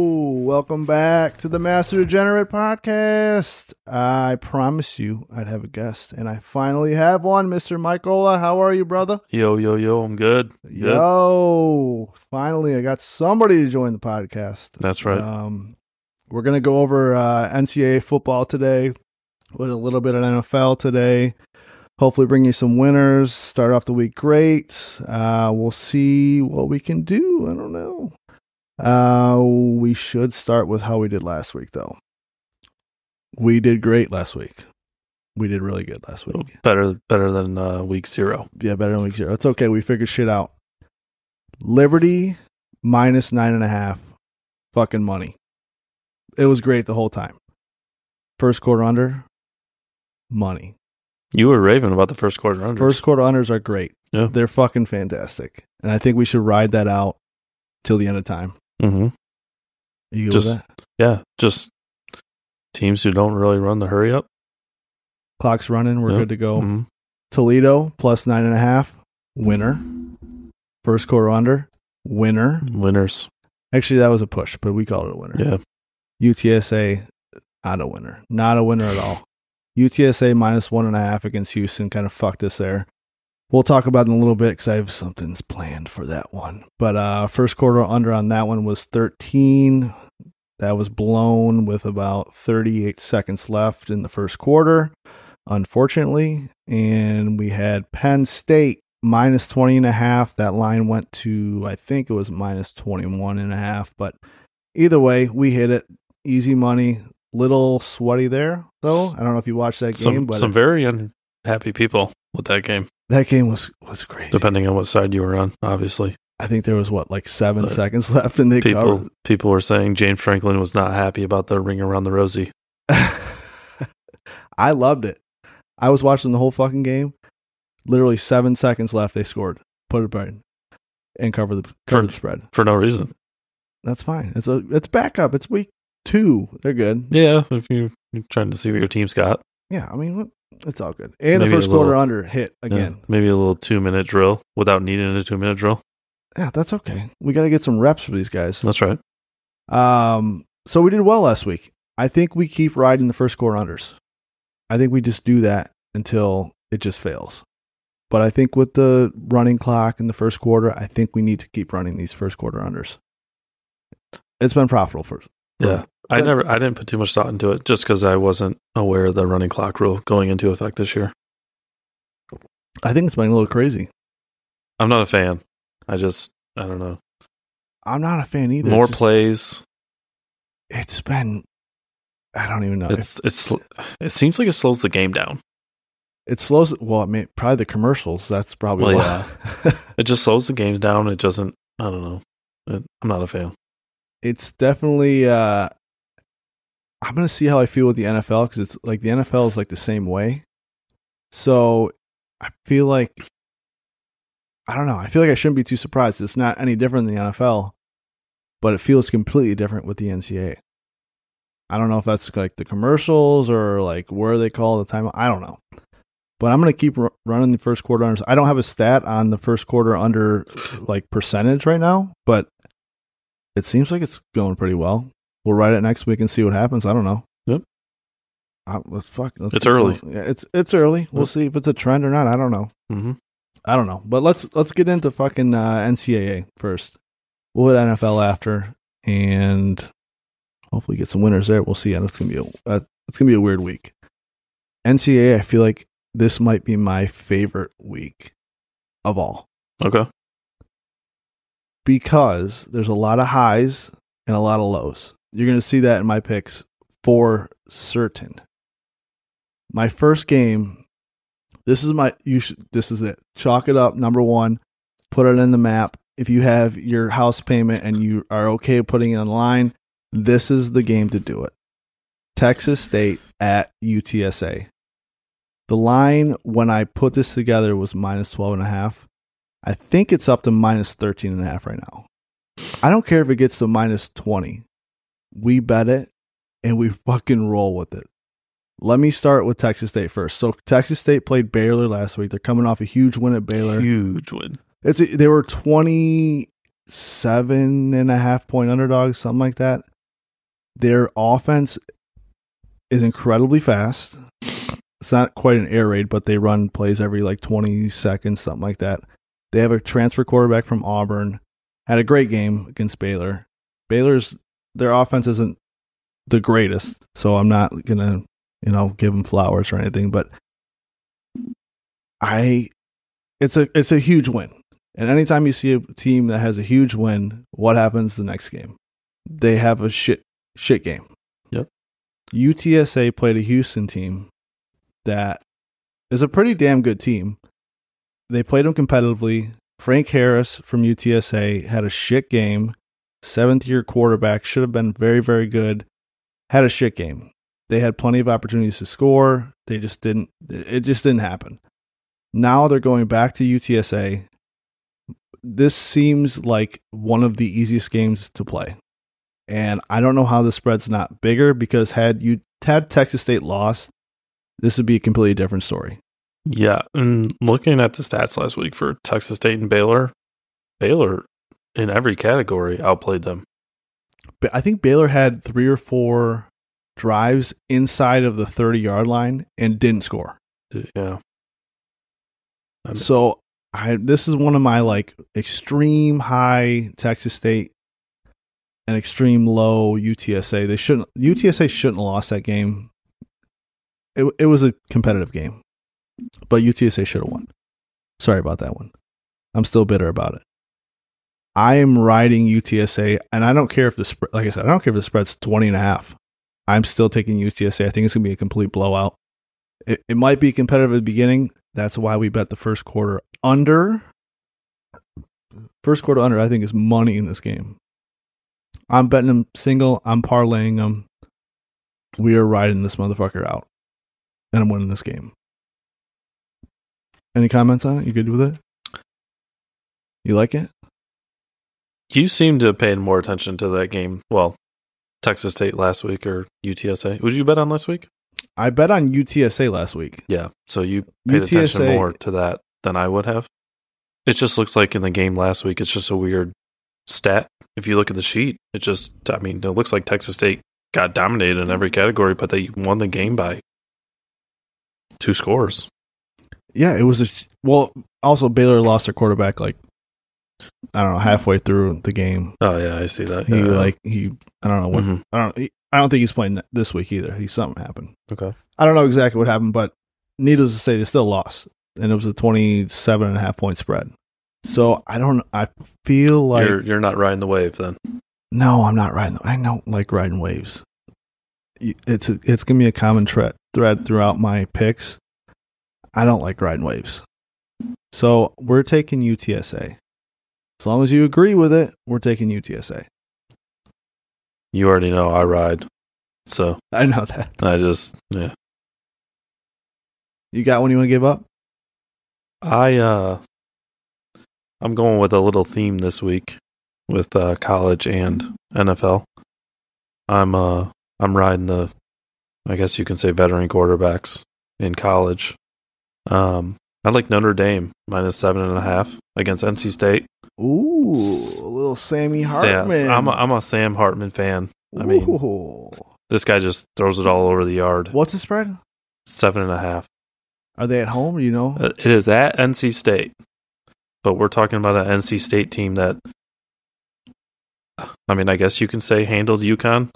Welcome back to the Master Degenerate podcast. I promise you I'd have a guest, and I finally have one, Mr. Mike Ola. How are you, brother? Yo, yo, yo, I'm good. Good. Yo, finally, I got somebody to join the podcast. That's right. Um, we're going to go over uh, NCAA football today with a little bit of NFL today. Hopefully, bring you some winners. Start off the week great. Uh, we'll see what we can do. I don't know. Uh, we should start with how we did last week, though. We did great last week. We did really good last week. Better better than uh, week zero. Yeah, better than week zero. It's okay. We figured shit out. Liberty minus nine and a half. Fucking money. It was great the whole time. First quarter under, money. You were raving about the first quarter under. First quarter unders are great. Yeah. They're fucking fantastic. And I think we should ride that out till the end of time. hmm You good Just- with that? Yeah, just teams who don't really run the hurry up. Clock's running. We're Yeah. good to go. Mhm. Toledo plus nine and a half. Winner. First quarter under. Winner. Winners. Actually, that was a push, but we called it a winner. Yeah. UTSA, not a winner. Not a winner at all. UTSA minus one and a half against Houston kind of fucked us there. We'll talk about it in a little bit because I have something's planned for that one. But uh, first quarter under on that one was 13. That was blown with about 38 seconds left in the first quarter, unfortunately. And we had Penn State minus 20 and a half. That line went to, I think it was minus 21 and a half. But either way, we hit it easy money. Little sweaty there, though. I don't know if you watched that game, Some but some very unhappy people with that game, that game was was crazy. depending on what side you were on, obviously. I think there was what like seven Uh, seconds left, and they People covered. people were saying James Franklin was not happy about the ring around the rosy. I loved it. I was watching the whole fucking game. Literally seven seconds left. They scored, put it in, and cover the cover the spread. For no reason. That's fine. It's a it's backup. It's week two. They're good. Yeah, if you, you're trying to see what your team's got. Yeah, I mean what- it's all good. And the Maybe a first quarter little- under hit Yeah, again. maybe a little two minute drill without needing a two minute drill. Yeah, that's okay. We got to get some reps for these guys. That's right. Um, so we did well last week. I think we keep riding the first quarter unders. I think we just do that until it just fails. But I think with the running clock in the first quarter, I think we need to keep running these first quarter unders. It's been profitable for Yeah. I Um, But- never, I didn't put too much thought into it just because I wasn't aware of the running clock rule going into effect this year. I think it's been a little crazy. I'm not a fan. I just, I don't know. I'm not a fan either. More it's, just- plays. it's been I don't even know. It's, it's, sl- it seems like it slows the game down. it slows well, I mean probably the commercials, that's probably Well, why. It just slows the games down. It doesn't, I don't know. It, I'm not a fan. it's definitely uh i'm gonna see how i feel with the nfl because it's like the nfl is like the same way so i feel like i don't know i feel like i shouldn't be too surprised it's not any different than the nfl but it feels completely different with the ncaa i don't know if that's like the commercials or like where they call the time i don't know but i'm gonna keep r- running the first quarter unders i don't have a stat on the first quarter under like percentage right now but it seems like it's going pretty well. We'll write it next week and see what happens. I don't know. Yep. I, let's fuck. let's It's keep early. going. Yeah, it's it's early. We'll Yep. see if it's a trend or not. I don't know. hmm I don't know. But let's let's get into fucking uh, NCAA first. We'll hit NFL after, and hopefully get some winners there. We'll see. And it's gonna be a uh, it's gonna be a weird week. NCAA. I feel like this might be my favorite week of all Okay. because there's a lot of highs and a lot of lows. You're going to see that in my picks for certain. My first game, this is my you should this is it. Chalk it up number 1, put it in the map. If you have your house payment and you are okay putting it online, this is the game to do it. Texas State at UTSA. The line when I put this together was minus 12 and a half. I think it's up to minus 13 and a half right now. I don't care if it gets to minus 20. We bet it and we fucking roll with it. Let me start with Texas State first. So Texas State played Baylor last week. They're coming off a huge win at Baylor. Huge win. It's they were 27 and a half point underdogs, something like that. Their offense is incredibly fast. It's not quite an air raid, but they run plays every like 20 seconds, something like that. They have a transfer quarterback from Auburn. Had a great game against Baylor. Baylor's their offense isn't the greatest, so I'm not gonna you know give them flowers or anything. But I, it's a it's a huge win. And anytime you see a team that has a huge win, what happens the next game? They have a shit shit game. Yep. UTSA played a Houston team that is a pretty damn good team. They played them competitively. Frank Harris from UTSA had a shit game. Seventh year quarterback should have been very, very good. Had a shit game. They had plenty of opportunities to score. They just didn't, it just didn't happen. Now they're going back to UTSA this seems like one of the easiest games to play. And I don't know how the spread's not bigger because had you had Texas State lost, this would be a completely different story. Yeah, and looking at the stats last week for Texas State and Baylor, Baylor in every category outplayed them. But I think Baylor had three or four drives inside of the 30 yard line and didn't score. Yeah. I mean- So I this is one of my like extreme high Texas State and extreme low UTSA. They shouldn't UTSA shouldn't have lost that game. It it was a competitive game. But UTSA should have won. Sorry about that one. I'm still bitter about it. I am riding UTSA and I don't care if the spread like I said, I don't care if the spread's 20 and a half. I'm still taking UTSA. I think it's going to be a complete blowout. It, it might be competitive at the beginning. That's why we bet the first quarter under. First quarter under, I think, is money in this game. I'm betting them single. I'm parlaying them. We are riding this motherfucker out. And I'm winning this game. Any comments on it? You good with it? You like it? You seem to have paid more attention to that game. Well, Texas State last week or UTSA. Would you bet on last week? I bet on UTSA last week. Yeah. So you paid attention UTSA more to that than I would have. It just looks like in the game last week, it's just a weird stat. If you look at the sheet, it just, I mean, it looks like Texas State got dominated in every category, but they won the game by two scores. Yeah, it was a well. Also, Baylor lost their quarterback like I don't know halfway through the game. Oh, yeah. I see that. He Yeah. like he I don't know what Mhm. I don't. He, I don't think he's playing this week either. He something happened. Okay. I don't know exactly what happened, but needless to say, they still lost, and it was a 27 and a half point spread. So I don't. I feel like you're, you're not riding the wave then. no, I'm not riding. I don't like riding waves. Y- It's a, it's gonna be a common tre- thread throughout my picks. I don't like riding waves, so we're taking UTSA. As long as you agree with it, we're taking UTSA. You already know I ride. So I know that. I just, yeah. You got one you want to give up? I uh I'm going with a little theme this week with uh college and NFL. I'm uh I'm riding the I guess you can say veteran quarterbacks in college. Um I like Notre Dame minus seven and a half against NC State. Ooh, S- little Sammy Sam- Hartman. I'm a, I'm a Sam Hartman fan. I mean- Ooh. This guy just throws it all over the yard. what's the spread? Seven and a half. Are they at home? You know, Uh, It is at NC State, but we're talking about an NC State team that, I mean, I guess you can say handled UConn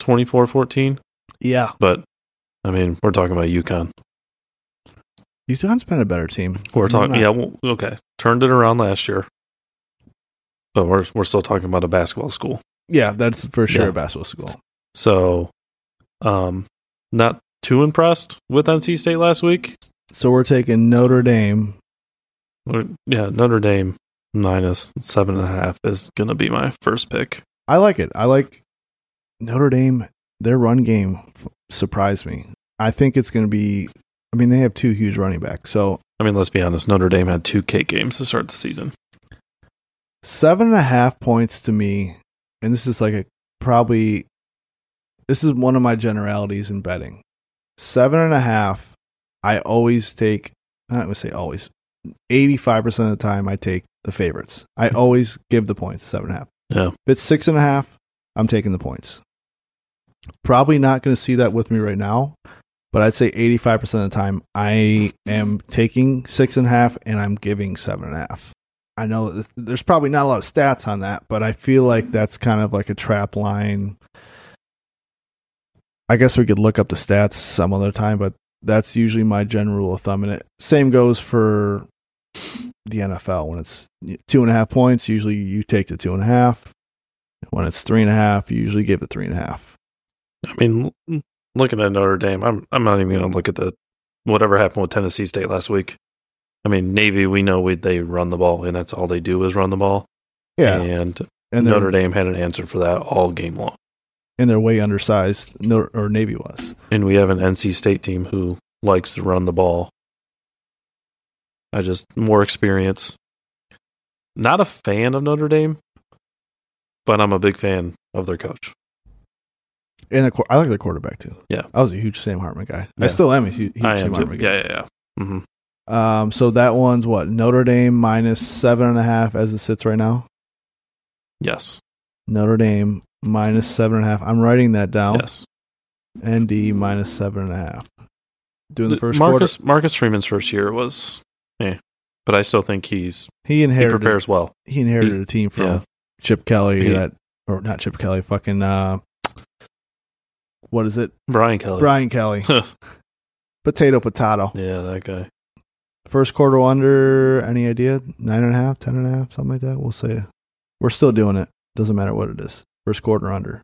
24 14, yeah, but I mean, we're talking about UConn. UConn's been a better team. We're talking, not- yeah, well, okay. Turned it around last year, but we're, we're still talking about a basketball school. yeah, that's for sure Yeah. a basketball school. So, um, not too impressed with NC State last week. So we're taking Notre Dame. Or- Yeah, Notre Dame minus seven and a half is going to be my first pick. I like it. I like Notre Dame. Their run game f- surprised me. I think it's going to be. I mean, they have two huge running backs. So I mean, let's be honest. Notre Dame had two K games to start the season. seven and a half points to me, and this is like a probably this is one of my generalities in betting. Seven and a half, I always take I would say always. Eighty five percent of the time I take the favorites. I always give the points seven and a half. Yeah. If it's six and a half, I'm taking the points. Probably not going to see that with me right now, but I'd say 85% of the time I am taking six and a half and I'm giving seven and a half. I know th- there's probably not a lot of stats on that, but I feel like that's kind of like a trap line. I guess we could look up the stats some other time, but that's usually my general rule of thumb. And it same goes for the NFL when it's two and a half points. Usually you take the two and a half. When it's three and a half, you usually give it three and a half. I mean, l- looking at Notre Dame, I'm I'm not even going to look at the whatever happened with Tennessee State last week. I mean, Navy, we know we, they run the ball, and that's all they do is run the ball. and, and they're, Notre Dame had an answer for that all game long. and they're way undersized. Nor- Or Navy was. And we have an NC State team who likes to run the ball. I just more experience. Not a fan of Notre Dame, but I'm a big fan of their coach. And the, qu- I like their quarterback too. Yeah. I was a huge Sam Hartman guy. I Yeah. still am a huge, huge I Sam am. Hartman too. guy. Yeah, yeah, yeah. hmm Um, so that one's what Notre Dame minus seven and a half as it sits right now. Yes. Notre Dame minus seven and a half. I'm writing that down. Yes. ND minus seven and a half. Doing the Th- first Marcus quarter, Marcus Freeman's first year was, eh, but I still think he's he he inherited prepares well. he inherited a team from yeah. Chip Kelly He- that or not Chip Kelly, fucking uh what is it? Brian Kelly. Brian Kelly. potato potato. yeah, that guy. First quarter under, any idea? Nine and a half, ten and a half, something like that. We'll say we're still doing it. Doesn't matter what it is. First quarter under.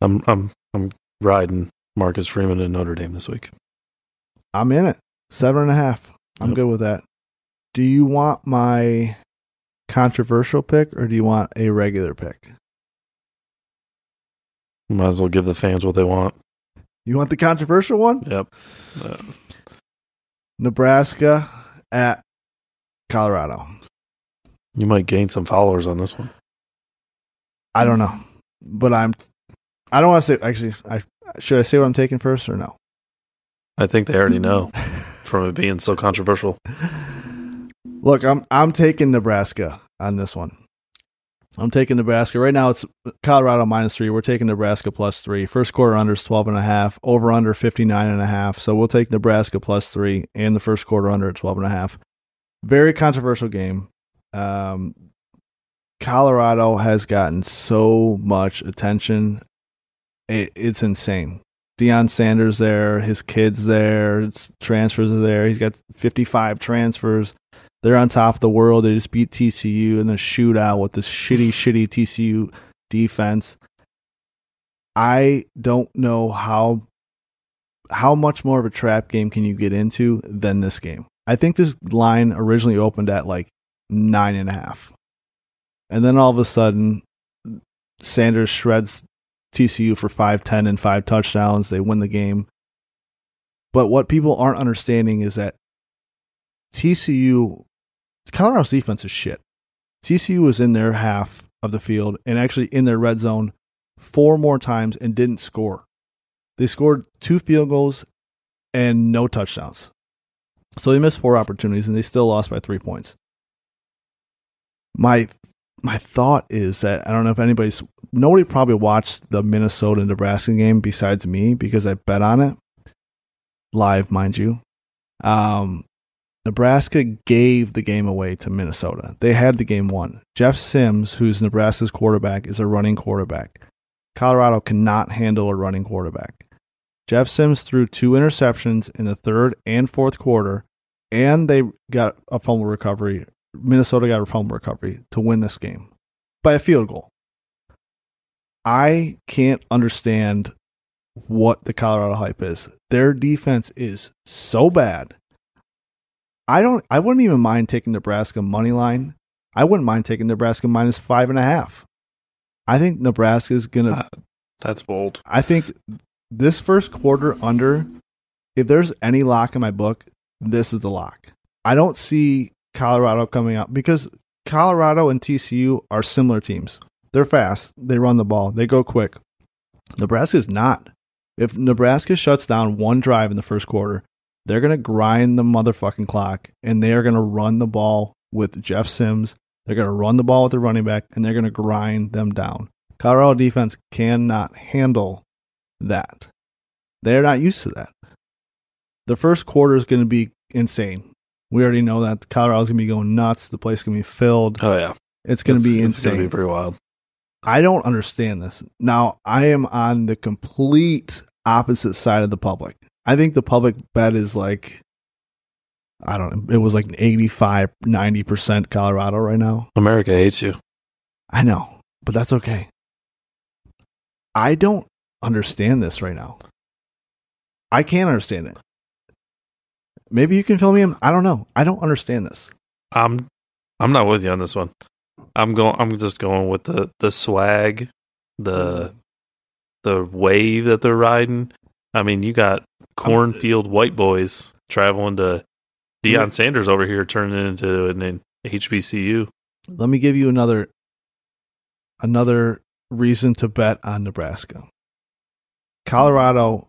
I'm I'm I'm riding Marcus Freeman in Notre Dame this week. I'm in it. Seven and a half. I'm Yep. good with that. Do you want my controversial pick or do you want a regular pick? Might as well give the fans what they want. You want the controversial one? Yep. Uh, Nebraska at Colorado. you might gain some followers on this one. I don't know, but I'm. I don't want to say. Actually, I should I say what I'm taking first or no? I think they already know from it being so controversial. Look, I'm I'm taking Nebraska on this one. I'm taking Nebraska. Right now it's Colorado minus three. We're taking Nebraska plus three. First quarter under is 12 and a half. Over under 59 and a half. So we'll take Nebraska plus three and the first quarter under at 12 and a half. Very controversial game. Um, Colorado has gotten so much attention. It, it's insane. Deion Sanders there, his kids there, his transfers are there. He's got 55 transfers. They're on top of the world. They just beat TCU in the shootout with this shitty, shitty TCU defense. I don't know how how much more of a trap game can you get into than this game. I think this line originally opened at like nine and a half. And then all of a sudden Sanders shreds TCU for 510 and five touchdowns. They win the game. But what people aren't understanding is that TCU, Colorado's defense is shit. TCU was in their half of the field and actually in their red zone four more times and didn't score. They scored two field goals and no touchdowns. So they missed four opportunities and they still lost by three points. My my thought is that I don't know if anybody's nobody probably watched the Minnesota Nebraska game besides me because I bet on it live, mind you. Um, Nebraska gave the game away to Minnesota. They had the game won. Jeff Sims, who's Nebraska's quarterback, is a running quarterback. Colorado cannot handle a running quarterback. Jeff Sims threw two interceptions in the third and fourth quarter, and they got a fumble recovery. Minnesota got a fumble recovery to win this game by a field goal. I can't understand what the Colorado hype is. Their defense is so bad. I don't. I wouldn't even mind taking Nebraska money line. I wouldn't mind taking Nebraska minus five and a half. I think Nebraska is gonna. Uh, That's bold. I think this first quarter under, if there's any lock in my book, this is the lock. I don't see Colorado coming out because Colorado and TCU are similar teams. They're fast, they run the ball, they go quick. Nebraska's not. If Nebraska shuts down one drive in the first quarter, they're going to grind the motherfucking clock and they are going to run the ball with Jeff Sims. They're going to run the ball with the running back and they're going to grind them down. Colorado defense cannot handle that. They're not used to that. The first quarter is going to be insane. We already know that Colorado's going to be going nuts. The place going to be filled. Oh yeah, It's going to be It's insane. gonna be pretty wild. I don't understand this. Now, I am on the complete opposite side of the public. I think the public bet is like, I don't know, it was like 85, 90% Colorado right now. America hates you. I know, but that's okay. I don't understand this right now. I can't understand it. Maybe you can fill me in. I don't know. I don't understand this. I'm I'm not with you on this one. I'm going. I'm just going with the the swag, the the wave that they're riding. I mean, you got cornfield white boys traveling to Deion Yeah. Sanders over here, turning into an, an HBCU. Let me give you another another reason to bet on Nebraska. Colorado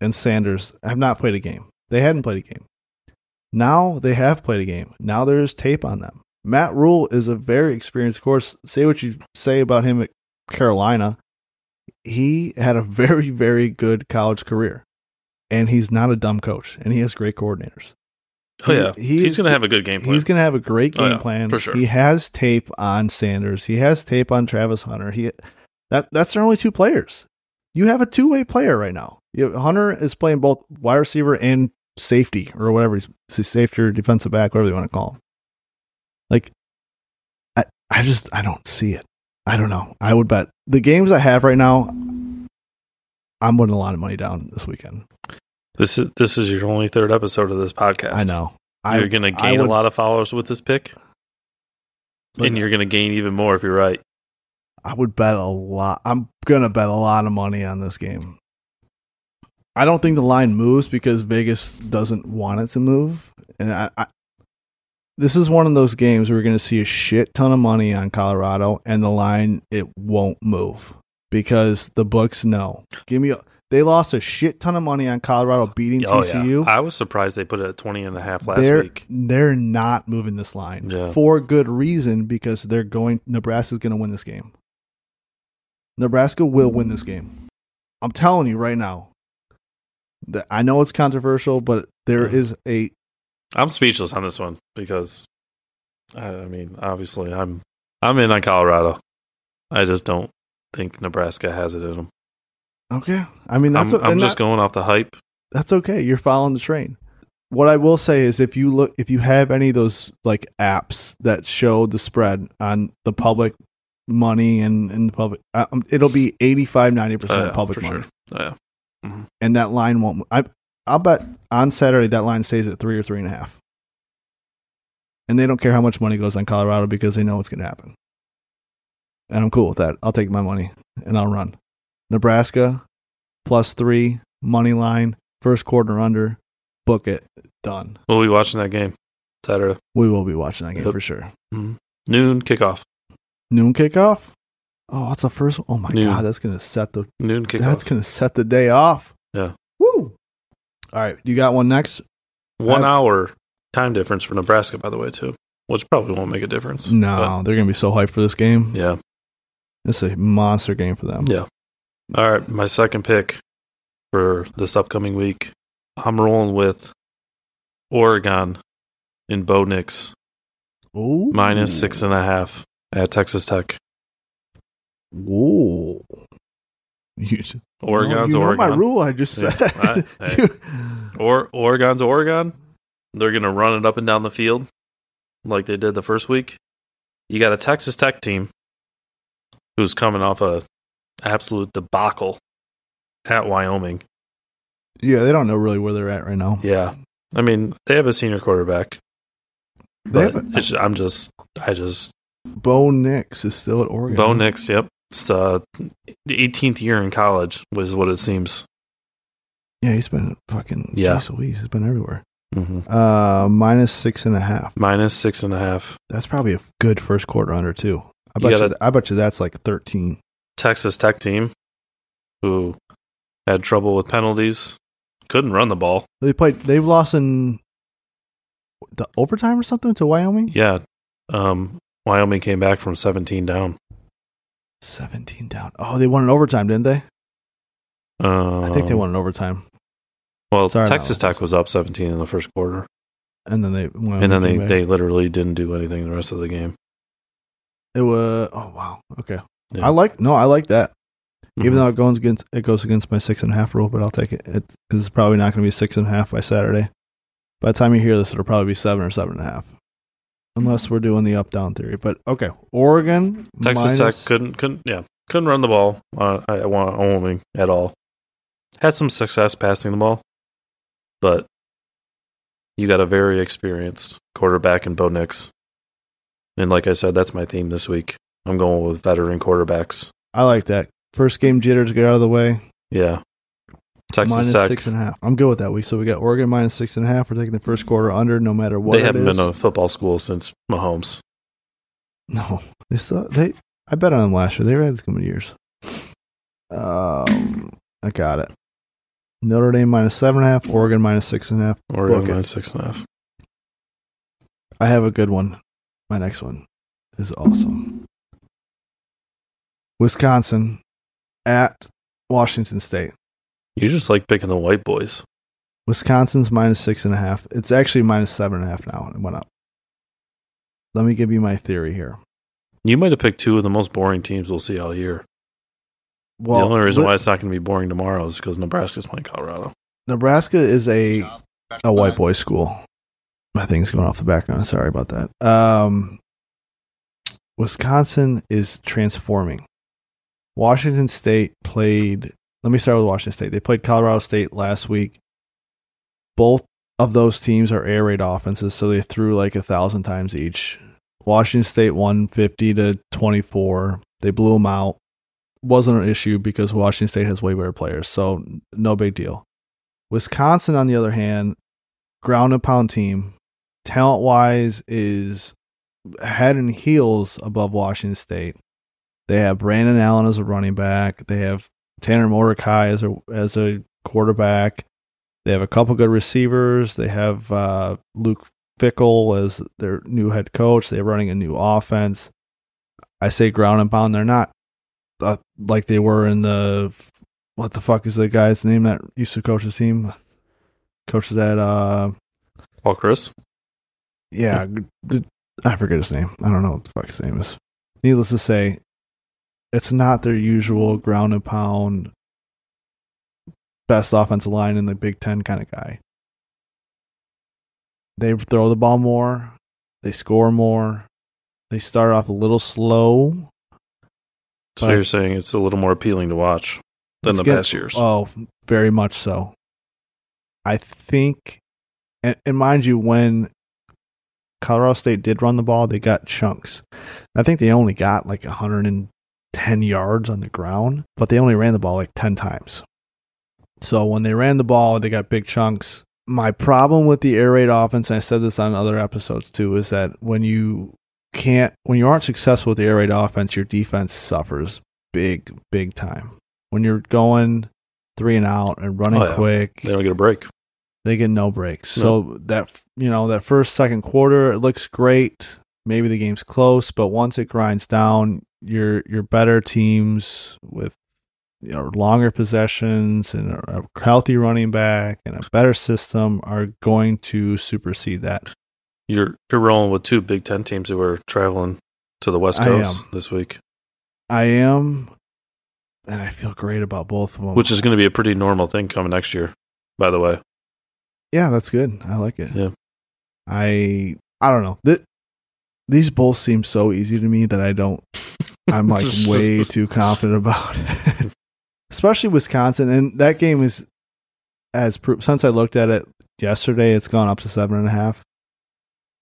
and Sanders have not played a game. They hadn't played a game. Now they have played a game. Now there is tape on them. Matt Rule is a very experienced course. Say what you say about him at Carolina. He had a very, very good college career. And he's not a dumb coach. And he has great coordinators. Oh yeah, He- he he's is- gonna have a good game plan. He's going to have a great Oh, game yeah, plan for sure. He has tape on Sanders. He has tape on Travis Hunter. He that that's their only two players. You have a two way player right now. You have, Hunter is playing both wide receiver and safety or whatever he's he's safety or defensive back, whatever you want to call him. Like, I I just I don't see it. I don't know. I would bet the games I have right now. I'm putting a lot of money down this weekend. this is this is your only third episode of this podcast. I know. I, You're gonna I gain would- a lot of followers with this pick, But- and you're gonna gain even more if you're right. I would bet a lot. I'm gonna bet a lot of money on this game. I don't think the line moves because Vegas doesn't want it to move, and I, I this is one of those games where we're gonna see a shit ton of money on Colorado, and the line it won't move because the books know. Give me a, they lost a shit ton of money on Colorado beating Oh, yeah. TCU. I was surprised they put it at 20 and a half last they're week. they're not moving this line Yeah. for good reason because they're going. Nebraska's going to win this game. Nebraska will win this game. I'm telling you right now. That I know it's controversial, but there Yeah. is a I'm speechless on this one because, I, I mean, obviously I'm I'm in on Colorado. I just don't think Nebraska has it in them. okay. I mean, that's I'm, a- I'm and just that- going off the hype. that's okay. You're following the train. What I will say is if you look if you have any of those like apps that show the spread on the public money and, and the public uh, um, it'll be 85 90% Uh, public for money sure. Oh, yeah. and that line won't I I'll bet on Saturday that line stays at 3 or 3 and a half. And they don't care how much money goes on Colorado because they know what's going to happen. And I'm cool with that. I'll take my money and I'll run. Nebraska plus 3 money line first quarter under book it done. We'll be watching that game Saturday We will be watching that game Yep. for sure. noon kickoff. Noon kickoff? Oh, that's the first Oh my Noon. god, that's going to set the Noon kickoff. that's going to set the day off. Yeah. Woo. All right, you got one next? One I've- hour time difference for Nebraska, by the way, too, which probably won't make a difference. No, they're gonna be so hyped for this game. But, yeah. It's a monster game for them. Yeah. All right, my second pick for this upcoming week, I'm rolling with Oregon in Bo Nix Ooh. minus six and a half at Texas Tech. Ooh. You, Oregon's Oh, you know Oregon. my rule. I just Yeah, said. right, hey. Or Oregon's Oregon. They're gonna run it up and down the field like they did the first week. You got a Texas Tech team who's coming off a absolute debacle at Wyoming. yeah, they don't know really where they're at right now. Yeah. I mean, they have a senior quarterback. They But have a- it's, I'm just, I just Bo Nix is still at Oregon. Bo Nix. Yep, it's uh, the 18th year in college was what it seems. Yeah, he's been fucking. Yeah. Yeah, he's been everywhere. Uh, minus six and a half. Minus six and a half. That's probably a good first quarter under too. I You bet you. gotta- I bet you that's like thirteen. Texas Tech team, who had trouble with penalties, couldn't run the ball. They played. They lost in the overtime or something to Wyoming. Yeah, um, Wyoming came back from 17 down. 17 down. Oh, they won in overtime, didn't they? Um, I think they won in overtime. Well, sorry, Texas Matt. Tech was up 17 in the first quarter, And then they won. and then they, back. they literally didn't do anything the rest of the game. It was oh wow. Okay. Yeah. I like no, I like that. Mhm. Even though it goes against it goes against my six and a half rule, but I'll take it. It because it's probably not going to be six and a half by Saturday. By the time you hear this, it'll probably be seven or seven and a half, unless we're doing the up down theory. But okay, Oregon Mm-hmm. Texas minus- Tech couldn't couldn't yeah couldn't run the ball uh, I want only at all. Had some success passing the ball, but you got a very experienced quarterback in Bo Nix, and like I said, that's my theme this week. I'm going with veteran quarterbacks. I like that first game jitters get out of the way. Yeah, Texas Minus Tech. six and a half. I'm good with that week. So we got Oregon minus six and a half. We're taking the first quarter under, no matter what. they it haven't is. been to football school since Mahomes. No, they still they. I bet on them last year. They had coming years. Um, I got it. Notre Dame minus seven and a half. Oregon minus six and a half. Oregon Book it. minus six and a half. I have a good one. My next one is awesome. Wisconsin at Washington State. You just like picking the white boys. Wisconsin's minus six and a half. It's actually minus seven and a half now. It went up. Let me give you my theory here. You might have picked two of the most boring teams we'll see all year. Well, the only reason Wi- why it's not going to be boring tomorrow is because Nebraska's playing Colorado. Nebraska is a a white boy school. My thing's going off the background. Sorry about that. Um, Wisconsin is transforming. Washington State played. Let me start with Washington State. They played Colorado State last week. Both of those teams are air raid offenses, so they threw like a thousand times each. Washington State won fifty to twenty four. They blew them out. Wasn't an issue because Washington State has way better players, so no big deal. Wisconsin, on the other hand, ground and pound team, talent wise, is head and heels above Washington State. They have Brandon Allen as a running back. They have Tanner Mordecai as a as a quarterback. They have a couple good receivers. They have uh, Luke Fickle as their new head coach. They're running a new offense. I say ground and pound. They're not uh, like they were in the what the fuck is the guy's name that used to coach his team? Coaches at uh Paul Chris? yeah, the, I forget his name. I don't know what the fuck his name is. Needless to say, it's not their usual ground and pound, best offensive line in the Big Ten kind of guy. They throw the ball more, they score more, they start off a little slow, So But- you're saying it's a little more appealing to watch than Let's the get- past years. Oh, very much so. I think, and, and mind you, when Colorado State did run the ball, they got chunks. I think they only got like 110 yards on the ground, but they only ran the ball like 10 times. So when they ran the ball, they got big chunks. My problem with the air raid offense, and I said this on other episodes too, is that when you can't, when you aren't successful with the air raid offense, your defense suffers big, big time when you're going three and out and running Oh, yeah. quick, they don't get a break. they get no breaks. So that you know that first second quarter it looks great. Maybe the game's close, but once it grinds down, your your better teams with you know, longer possessions and a a healthy running back and a better system are going to supersede that. You're you're rolling with two Big Ten teams who are traveling to the West I Coast this week, I am, and I feel great about both of them. which is going to be a pretty normal thing coming next year. By the way, Yeah, that's good. I like it. Yeah. I I don't know. Th- these both seem so easy to me that I don't I'm like way too confident about it. Especially Wisconsin and that game is as proof since I looked at it yesterday, it's gone up to seven and a half.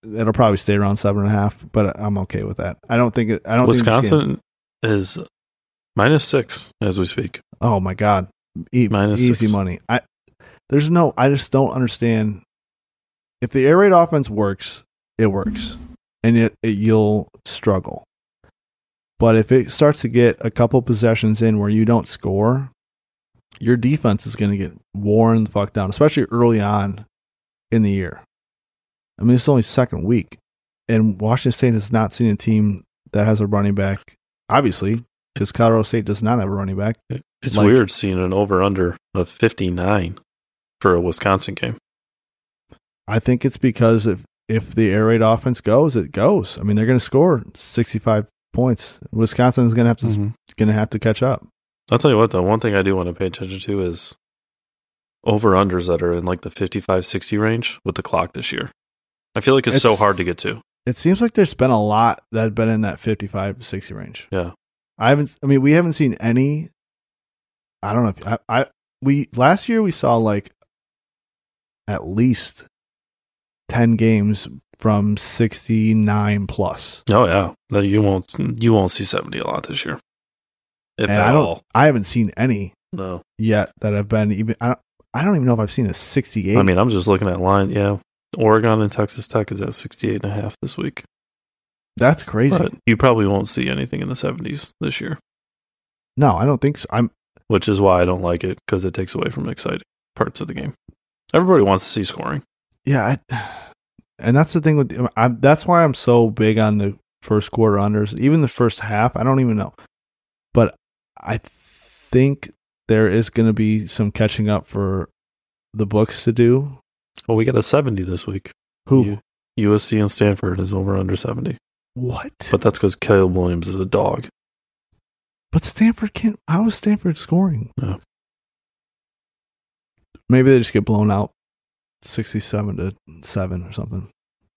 It'll probably stay around seven and a half, but I'm okay with that. I don't think it I don't think this game- Wisconsin is minus six as we speak. Oh my god, e- Minus easy six. money. I there's no. I just don't understand. If the air raid offense works, it works, and it, it you'll struggle. But if it starts to get a couple possessions in where you don't score, your defense is going to get worn the fuck down, especially early on in the year. I mean, it's only second week, and Washington State has not seen a team that has a running back, obviously, because Colorado State does not have a running back. It- It's Like- weird seeing an over under of 59 for a Wisconsin game. I think it's because if if the air raid offense goes, it goes. I mean, they're going to score 65 points. Wisconsin is going to have to going to have to catch up. I'll tell you what, though, one thing I do want to pay attention to is over unders that are in like the 55 60 range with the clock this year. I feel like it's, so It's- hard to get to. It seems like there's been a lot that have been in that 55 60 range. Yeah. I haven't I mean, we haven't seen any I don't know if I, I we last year we saw like at least 10 games from 69 plus. Oh yeah, No, you won't you won't see 70 a lot this year. If and at I don't all, I haven't seen any no. yet that have been even I don't I don't even know if I've seen a 68. I mean, I'm just looking at line. Yeah, Oregon and Texas Tech is at 68 and a half this week. that's crazy. But you probably won't see anything in the 70s this year, no, I don't think so. I'm which is why I don't like it because it takes away from exciting parts of the game. Everybody wants to see scoring. Yeah, I, and that's the thing with I, that's why I'm so big on the first quarter unders, even the first half. I don't even know, but I think there is going to be some catching up for the books to do. Well, we got a 70 this week. Who? You- USC and Stanford is over under 70, What? But, but that's because Caleb Williams is a dog. Stanford can't. How is Stanford scoring? Yeah. Maybe they just get blown out, sixty-seven to seven or something.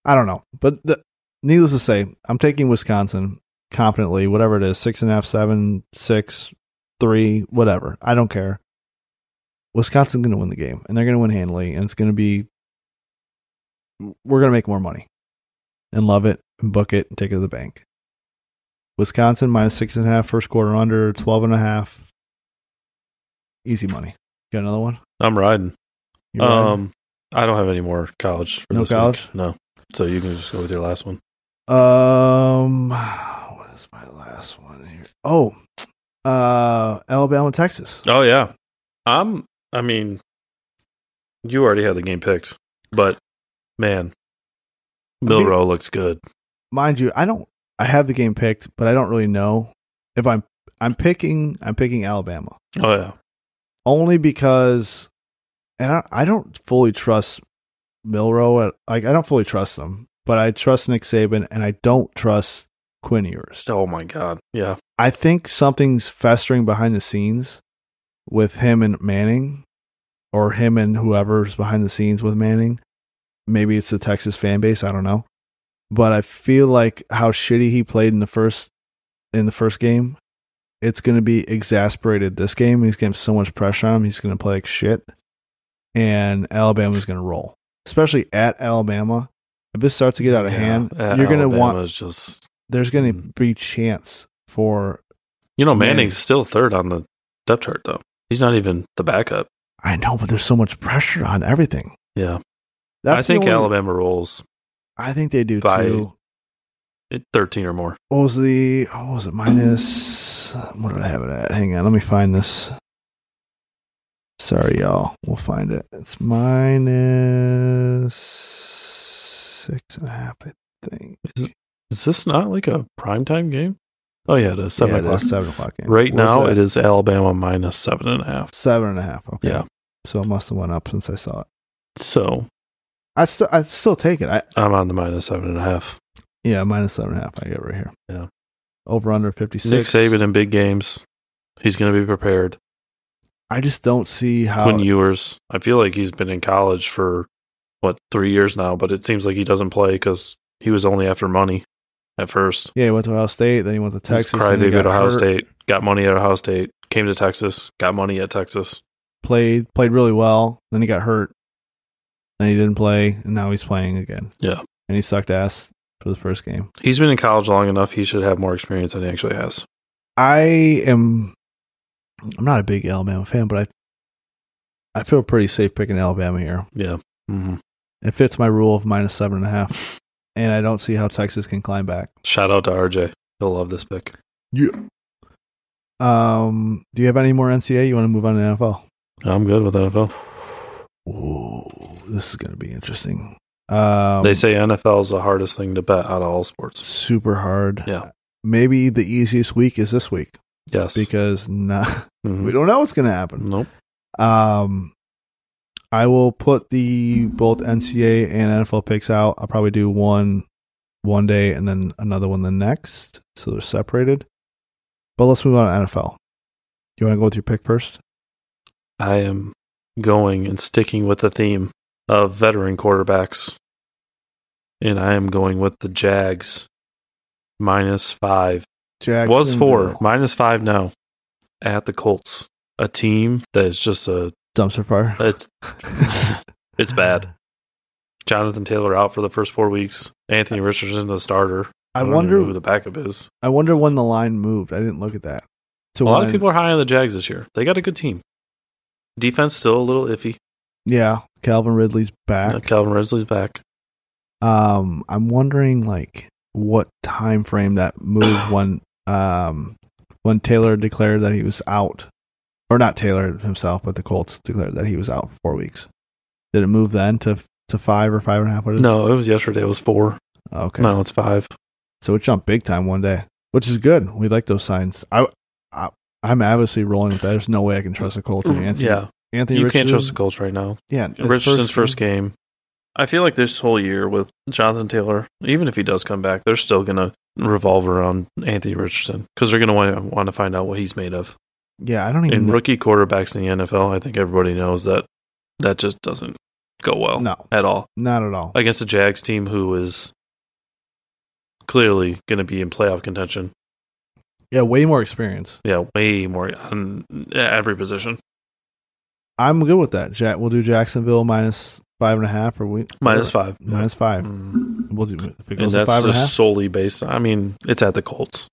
I don't know, but the, needless to say, I'm taking Wisconsin confidently, whatever it is, six and a half, seven, six, three, whatever. I don't care. Wisconsin's going to win the game, and they're going to win handily, and it's going to be. We're going to make more money, and love it, and book it, and take it to the bank. Wisconsin minus six and a half, first quarter under twelve and a half. Easy money. Got another one? I'm riding. You ready? Um, I don't have any more college. For No this college? Week. No. So you can just go with your last one. Um, what is my last one here? Oh, uh, Alabama, Texas. Oh yeah, I'm. I mean, you already had the game picked, but man, mean- Milrow looks good. Mind you, I don't. I have the game picked, but I don't really know if I'm. I'm picking. I'm picking Alabama Oh yeah, only because, and I, I don't fully trust Milrow. At, like I don't fully trust them, but I trust Nick Saban, and I don't trust Quinn Ewers. oh my god, yeah, I think something's festering behind the scenes with him and Manning, or him and whoever's behind the scenes with Manning. Maybe it's the Texas fan base. I don't know, but I feel like how shitty he played in the first in the first game. It's going to be exasperated this game. He's getting so much pressure on him. He's going to play like shit, and Alabama's going to roll, especially at Alabama. If this starts to get out of Yeah, hand, A- you're going to Alabama's want. just There's going to Mm. be chance for you know Manning. Manning's still third on the depth chart though. He's not even the backup. I know, but there's so much pressure on everything. Yeah, That's I the think only- Alabama rolls I think they do by- too. at thirteen or more. What was the? What was it? Minus. What did I have it at? Hang on, let me find this. Sorry, y'all. We'll find it. It's minus six and a half. I think. Is this not like a primetime game? Oh yeah, it is seven Yeah, it is o'clock. Seven o'clock. game. Right Where's now, that? it is Alabama minus seven and a half. seven and a half. Okay. Yeah. So it must have went up since I saw it. So I still, I still take it. I I'm on the minus seven and a half. yeah, minus seven and a half. I get right here. Yeah. Over under fifty six. Nick Saban in big games. He's going to be prepared. I just don't see how. Quinn Ewers. I feel like he's been in college for what three years now, but it seems like he doesn't play because he was only after money at first. Yeah, he went to Ohio State, then he went to Texas. Cried then he to go got to Ohio hurt, State. Got money at Ohio State. Came to Texas. Got money at Texas. Played played really well. Then he got hurt. Then he didn't play, and now he's playing again. Yeah. And he sucked ass for the first game. He's been in college long enough. He should have more experience than he actually has. I am I'm not a big Alabama fan, but I I feel pretty safe picking Alabama here. Yeah. hmm It fits my rule of minus seven and a half. And I don't see how Texas can climb back. Shout out to RJ. He'll love this pick. Um, do you have any more NCA? You want to move on to NFL? I'm good with NFL. Ooh, this is going to be interesting. Um, they say NFL is the hardest thing to bet out of all sports. super hard. Yeah. Maybe the easiest week is this week. Yes. because nah, Mhm. we don't know what's going to happen. Nope. Um, I will put the both NCAA and NFL picks out. I'll probably do one one day and then another one the next, so they're separated. But let's move on to NFL. You want to go with your pick first? I am going and sticking with the theme of veteran quarterbacks. And I am going with the Jags minus five. Jack Was four, minus five now at the Colts. A team that is just a dumpster fire. it's it's bad. Jonathan Taylor out for the first four weeks. Anthony Richardson the starter. I don't even know who wonder. the backup is. I wonder when the line moved. I didn't look at that. To A lot of when- people are high on the Jags this year. They got a good team. Defense still a little iffy. Yeah, Calvin Ridley's back. Uh, Calvin Ridley's back. Um, I'm wondering like what time frame that move when um when Taylor declared that he was out, or not Taylor himself, but the Colts declared that he was out for four weeks. Did it move then to to five or five and a half? What is it? Oh, No, it was yesterday. It was four. Okay, Now it's five. so it jumped big time one day, which is good. We like those signs. I, I I'm obviously rolling with that. There's no way I can trust the Colts. And Anthony, Mm, Yeah, Anthony you Richardson, can't trust the Colts right now. Yeah, his Richardson's first game. I feel like this whole year with Jonathan Taylor, even if he does come back, they're still gonna revolve around Anthony Richardson because they're gonna want, want to find out what he's made of. Yeah, I don't even. And know- rookie quarterbacks in the NFL, I think everybody knows that that just doesn't go well no, at all. not at all. against the Jags team who is clearly going to be in playoff contention. Yeah, way more experience. Yeah, way more on every position. I'm good with that. Jack, we'll do Jacksonville minus five and a half, or we Minus or- five. minus five. Mm. We'll do if it And goes to that's five and a just half. solely based. I mean, it's at the Colts,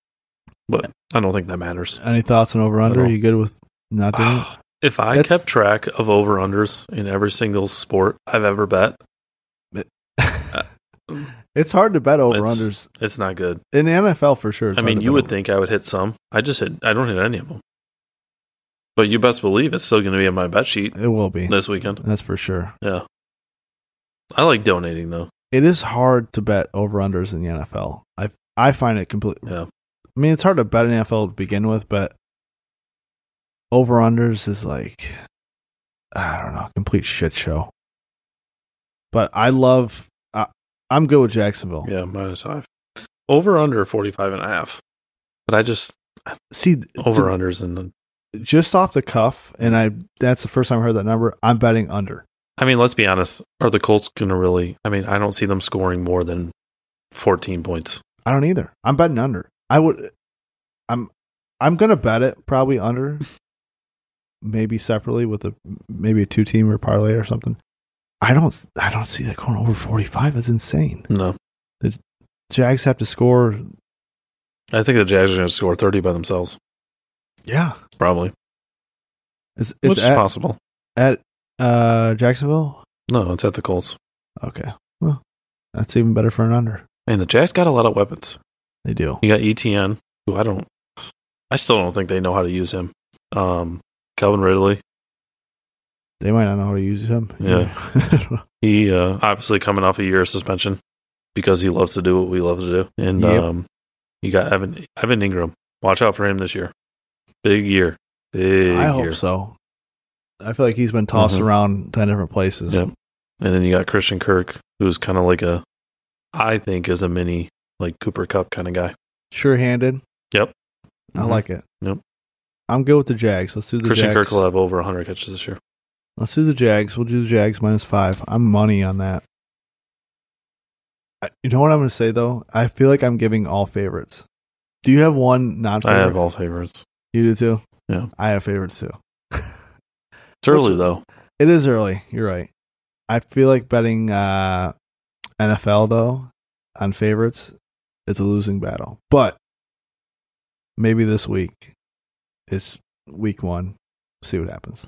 but I don't think that matters. Any thoughts on over under? all. Ah. You good with not doing? it? if I That's- kept track of over unders in every single sport I've ever bet, it's hard to bet over Uh, um, it's- unders it's not good. in the NFL for sure. it's I hard mean, to you bet would over. think I would hit some. I just hit. I don't hit any of them. But you best believe it's still going to be on my bet sheet it will be. this weekend. That's for sure. Yeah. I like donating though. It is hard to bet over unders in the NFL. I I find it completely. Yeah. I mean, it's hard to bet in the NFL to begin with, but over unders is like I don't know, complete shit show. But I love. I, I'm good with Jacksonville. Yeah, minus five. Over under 45 and a half. But I just See, th- over unders and then- to- just off the cuff, and I that's the first time I heard that number. I'm betting under. I mean, let's be honest. Are the Colts going to really? I mean, I don't see them scoring more than 14 points. I don't either. I'm betting under. I would. I'm. I'm gonna bet it probably under. maybe separately with a maybe a two team or parlay or something. I don't. I don't see that going over 45. That's insane. No. Jags have to score. I think the Jags are going to score 30 by themselves, Yeah, probably, it's which it's is at, possible. at uh Jacksonville. No, it's at the Colts. Okay, well, that's even better for an under. And the Jags got a lot of weapons. They do. You got E ETN, who I don't, I still don't think they know how to use him. Um, Calvin Ridley, They might not know how to use them. Yeah. He uh, obviously coming off a year of suspension because he loves to do what we love to do. And Yep. um, you got Evan Evan Ingram. Watch out for him this year. Big year. Big I hope year. so. I feel like he's been tossed Mhm. around ten different places. Yep. And then you got Christian Kirk, who's kind of like a, I think, is a mini like Cooper Cup kind of guy. Sure handed. I Mhm. like it. Yep. I'm good with the Jags. Let's do the Christian Jags. Kirk will have over 100 catches this year. Let's do the Jags. We'll do the Jags minus five. I'm money on that. I, you know what I'm going to say though? I feel like I'm giving all favorites. Do you have one non I favorite? have all favorites. You do too. Yeah. I have favorites too. It's early though. It is early. You're right. I feel like betting uh, NFL though on favorites is a losing battle. But maybe this week it's week one. See what happens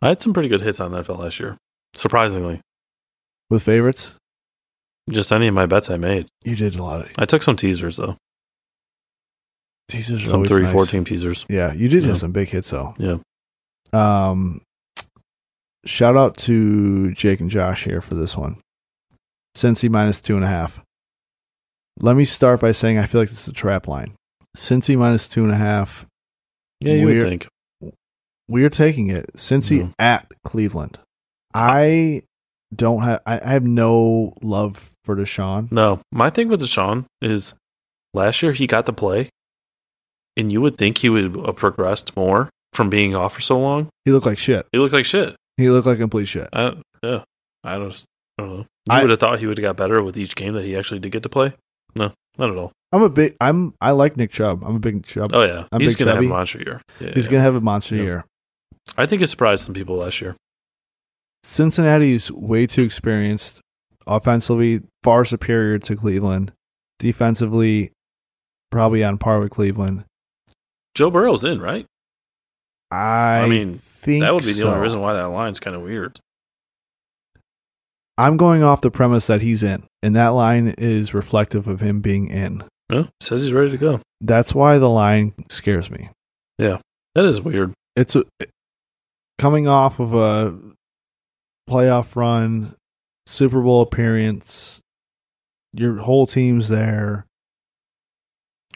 I had some pretty good hits on NFL last year. Surprisingly, with favorites. just any of my bets I made. You did a lot of I took some teasers though. teasers. are Some always three, nice. four team teasers. Yeah, you did Yeah. have some big hits though. Yeah. Um, shout out to Jake and Josh here for this one. Cincy minus two and a half. Let me start by saying I feel like this is a trap line. Cincy minus two and a half Yeah, you would Weird. think. We're taking it. Cincy No. at Cleveland. I don't have. I, I have no love for Deshaun. No, my thing with Deshaun is last year he got to play, and you would think he would have progressed more from being off for so long. He looked like shit. He looked like shit. He looked like complete shit. I, yeah, I don't, I don't know. You I- would have thought he would have got better with each game that he actually did get to play. No, not at all. I'm a big. I'm. I like Nick Chubb. I'm a big Nick Chubb. Oh yeah, I'm he's big gonna chubby. have a monster year. Yeah, He's yeah. gonna have a monster Yeah. year. I think it surprised some people last year. Cincinnati's way too experienced. Offensively, far superior to Cleveland. Defensively, probably on par with Cleveland. Joe Burrow's in, right? I, I mean, think That would be the so. only reason why that line's kind of weird. I'm going off the premise that he's in, and that line is reflective of him being in. Yeah, says he's ready to go. That's why the line scares me. That is weird. It's a, coming off of a playoff run, Super Bowl appearance. Your whole team's there.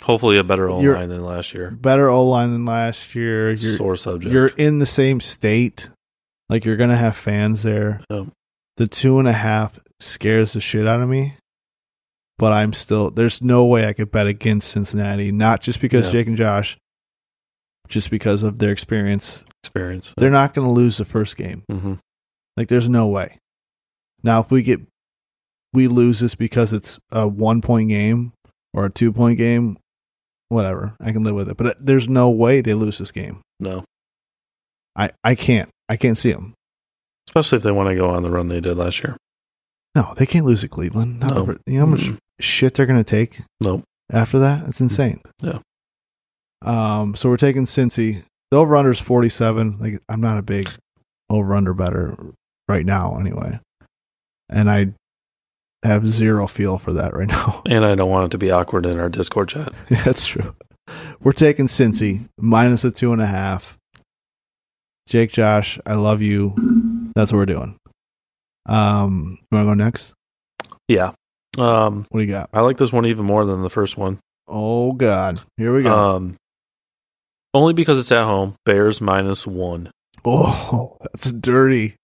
Hopefully, a better O You're- line than last year. Better O line than last year. You're Sore subject. you're in the same state. Like you're gonna have fans there. Yep. The two and a half scares the shit out of me. But I'm still there's no way I could bet against Cincinnati, not just because Yeah. Jake and Josh, just because of their experience. experience. They're not gonna lose the first game. hmm Like there's no way. Now if we get we lose this because it's a one point game or a two point game, whatever. I can live with it. But uh, there's no way they lose this game. No, I, I can't. I can't see them. especially if they want to go on the run they did last year. Mm-hmm. No, they can't lose to Cleveland. Not No. the- you know how much Mm-mm. shit they're going to take Nope. after that? It's insane. Yeah. Um. So we're taking Cincy. The over under is 47. Like, I'm not a big over under better right now, anyway. And I have zero feel for that right now. And I don't want it to be awkward in our Discord chat. That's true. We're taking Cincy minus a two and a half. Jake, Josh, I love you. That's what we're doing. Um, you want to go next? Yeah. Um, What do you got? I like this one even more than the first one. Oh God, here we go. Um, only because it's at home. Bears minus one. oh, that's dirty.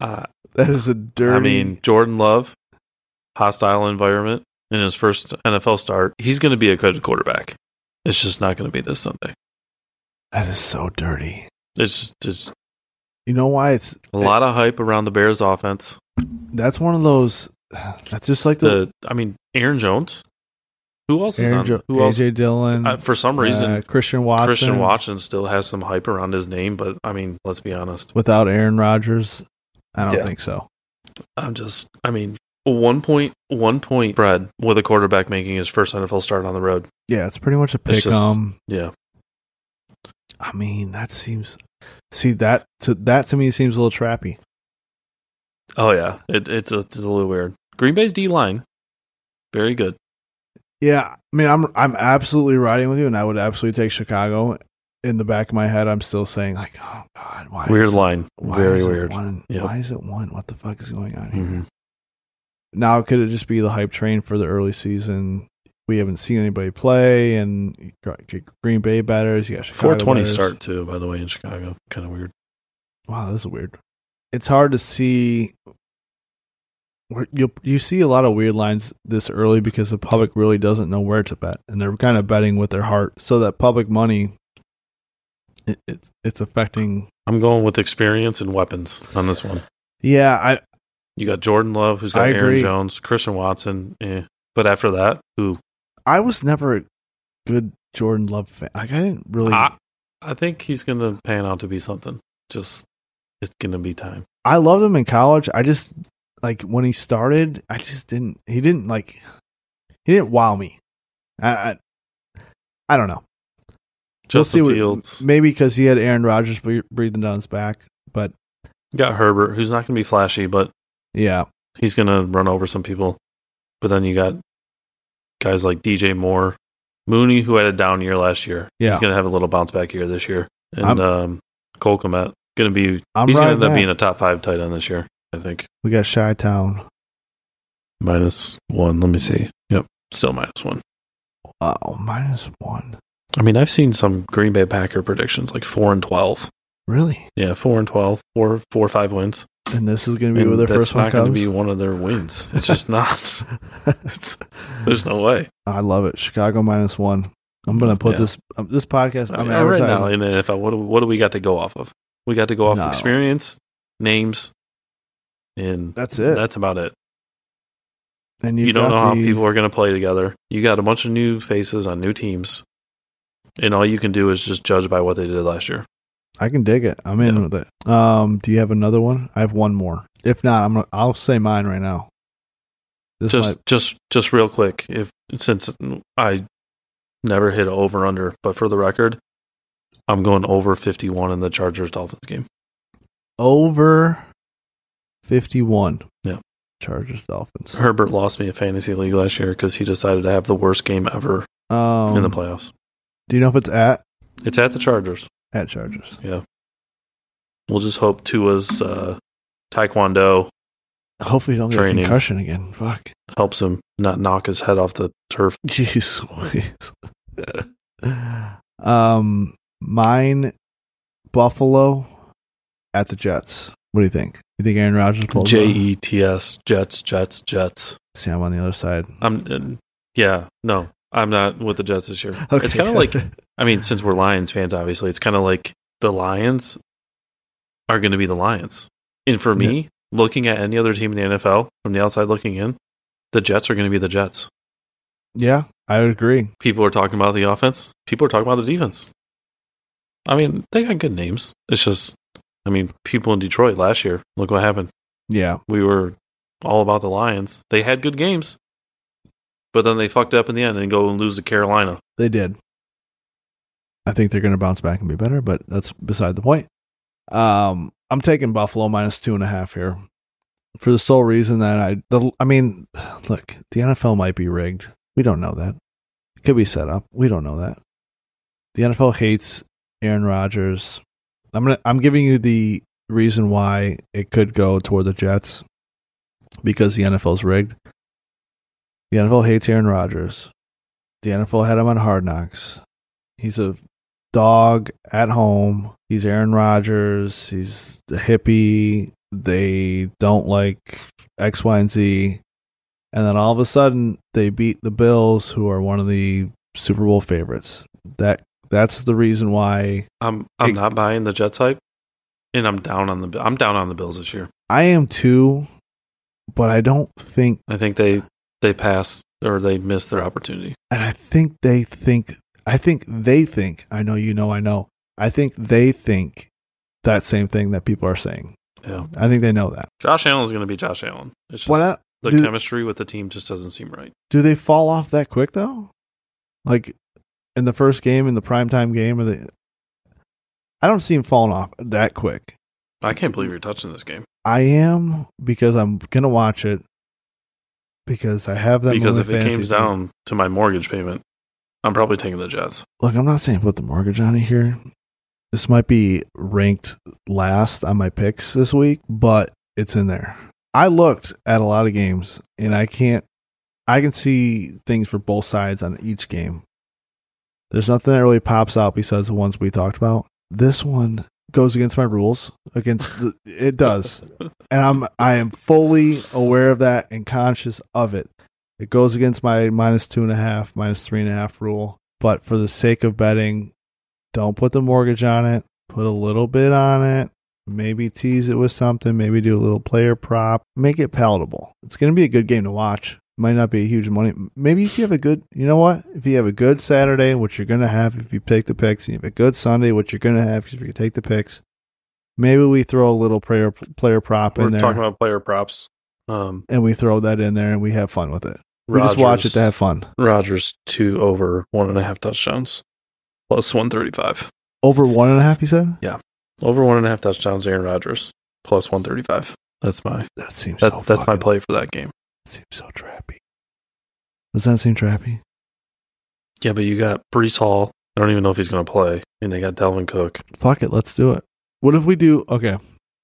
Uh, That is a dirty. I mean, Jordan Love, hostile environment in his first NFL start. He's going to be a good quarterback. It's just not going to be this Sunday. that is so dirty. It's just, just You know why it's a lot of hype around the Bears offense. that's one of those. That's just like the, The I mean, Aaron Jones. Who else is Aaron on? jo- who else? AJ Dillon, Uh, for some reason, uh, Christian Watson, Christian Watson still has some hype around his name, but I mean, let's be honest. without Aaron Rodgers. I don't Yeah. think so. I'm just, I mean, one point, one point spread with a quarterback making his first NFL start on the road. Yeah, it's pretty much a pick It's just- 'em. Yeah, I mean, that seems. See that to that to me seems a little trappy. Oh yeah, it, it's a, it's a little weird. Green Bay's D line, very good. Yeah, I mean, I'm I'm absolutely riding with you, and I would absolutely take Chicago. In the back of my head, I'm still saying like, oh God, why? Weird is- line, why very is it weird. One? Yep. Why is it one? What the fuck is going on here? Mhm. Now could it just be the hype train for the early season? We haven't seen anybody play, and you got get Green Bay batters. You got Chicago 420 batters. start too, by the way, in Chicago, kind of weird. Wow, this is weird. It's hard to see. where- You you see a lot of weird lines this early because the public really doesn't know where to bet, and they're kind of betting with their heart. So that public money, it, it's it's affecting. I'm going with experience and weapons on this one. Yeah, I You got Jordan Love, who's got I Aaron agree. Jones, Christian Watson, eh. but after that, who? I was never a good Jordan Love fan. Like I didn't really. I, I think he's gonna pan out to be something. Just it's gonna be time. I loved him in college. I just like when he started, I just didn't. He didn't like. He didn't wow me. I I, I don't know. We'll see Justin what- Fields Maybe because he had Aaron Rodgers bre- breathing down his back. But You got Herbert, who's not gonna be flashy, but yeah, he's gonna run over some people. But then you got guys like DJ Moore, Mooney, who had a down year last year. Yeah. he's gonna have a little bounce back year this year, I'm- and um, Cole Komet gonna be I'm he's gonna right. end up being a top five tight end this year. I think we got Chi Town. minus one. Let me see. Yep, still minus one. Oh, minus one. I mean, I've seen some Green Bay Packer predictions like four and twelve. Really? Yeah, four and 12, four, four or five wins. And this is going to be where And their that's first one not going to comes. be one of their wins. It's just not. It's, there's no way. I love it. Chicago minus one. I'm going to put Yeah. this um, this podcast. I I'm mean, right advertising. now in the NFL, what do, what do we got to go off of? We got to go off No. experience, names, and That's it. That's about it. and you you've got don't know how the- people are going to play together. You got a bunch of new faces on new teams, and all you can do is just judge by what they did last year. I can dig it. I'm in Yeah. with it. Um, do you have another one? I have one more. If not, I'm gonna, I'll say mine right now. This just, might, just, just real quick. If since I never hit over under, but for the record, I'm going over 51 in the Chargers Dolphins game. over 51. Yeah. Chargers Dolphins. Herbert lost me a fantasy league last year because he decided to have the worst game ever Um, in the playoffs. Do you know if it's at It's at the Chargers. at Chargers? We'll just hope Tua's uh, Taekwondo Hopefully, you don't get a Training. concussion again. Fuck. helps him not knock his head off the turf. Jeez. um, mine, Buffalo, at the Jets. What do you think? You think Aaron Rodgers pulls it J off? E T S Jets Jets Jets. See, I'm on the other side. I'm uh, yeah no I'm not with the Jets this year. Okay. It's kind of like I mean since we're Lions fans obviously it's kind of like the Lions are going to be the Lions. And for me, looking at any other team in the NFL from the outside looking in, the Jets are going to be the Jets. yeah, I would agree. People are talking about the offense. People are talking about the defense. I mean, they got good names. It's just, I mean, people in Detroit last year, look what happened. Yeah, We were all about the Lions. They had good games, but then they fucked up in the end and go and lose to Carolina. They did. I think they're going to bounce back and be better, but that's beside the point. Um, I'm taking Buffalo minus two and a half here for the sole reason that I, the, I mean, look, the NFL might be rigged. We don't know that. It could be set up. We don't know that. The NFL hates Aaron Rodgers. I'm gonna, I'm giving you the reason why it could go toward the Jets because the NFL's rigged. The NFL hates Aaron Rodgers. The NFL had him on Hard Knocks. He's a dog at home. He's Aaron Rodgers. He's the hippie. They don't like X, Y, and Z. And then all of a sudden, they beat the Bills, who are one of the Super Bowl favorites. That that's the reason why I'm I'm Hey. not buying the Jets hype, and I'm down on the I'm down on the Bills this year. I am too. But I don't think, I think they they passed or they missed their opportunity. and I think they think. I think they think. I know you know. I know. I think they think that same thing that people are saying. Yeah, I think they know that. Josh Allen's going to be Josh Allen. It's just, Why not? the do- chemistry with the team just doesn't seem right. Do they fall off that quick though? Like in the first game, in the primetime game, or the I don't see him falling off that quick. I can't believe you're touching this game I am because I'm gonna watch it because I have that. because Moment if it Fantasy came thing. down to my mortgage payment, I'm probably taking the Jets. look, I'm not saying put the mortgage on it here. This might be ranked last on my picks this week, but it's in there. I looked at a lot of games and I can't, I can see things for both sides on each game. There's nothing that really pops out besides the ones we talked about. This one goes against my rules, against the, it does. And I'm, I am fully aware of that and conscious of it. It goes against my minus two and a half, minus three and a half rule. But for the sake of betting, don't put the mortgage on it. Put a little bit on it. Maybe tease it with something. Maybe do a little player prop. Make it palatable. It's going to be a good game to watch. Might not be a huge money. Maybe if you have a good, you know what? If you have a good Saturday, which you're going to have if you take the picks, and you have a good Sunday, which you're going to have if you take the picks, maybe we throw a little player player prop We're in there talking about player props. Um, and we throw that in there and we have fun with it. We just watch it to have fun. Rogers two over one and a half touchdowns, plus one thirty five. Over one and a half, you said? Over one and a half touchdowns, Aaron Rodgers plus one thirty five. That's my That seems that, so that's my fucking- play for that game. seems so trappy. Does that seem trappy? Yeah, but you got Brees Hall. I don't even know if he's going to play, and they got Delvin Cook. Fuck it, let's do it. What if we do? Okay,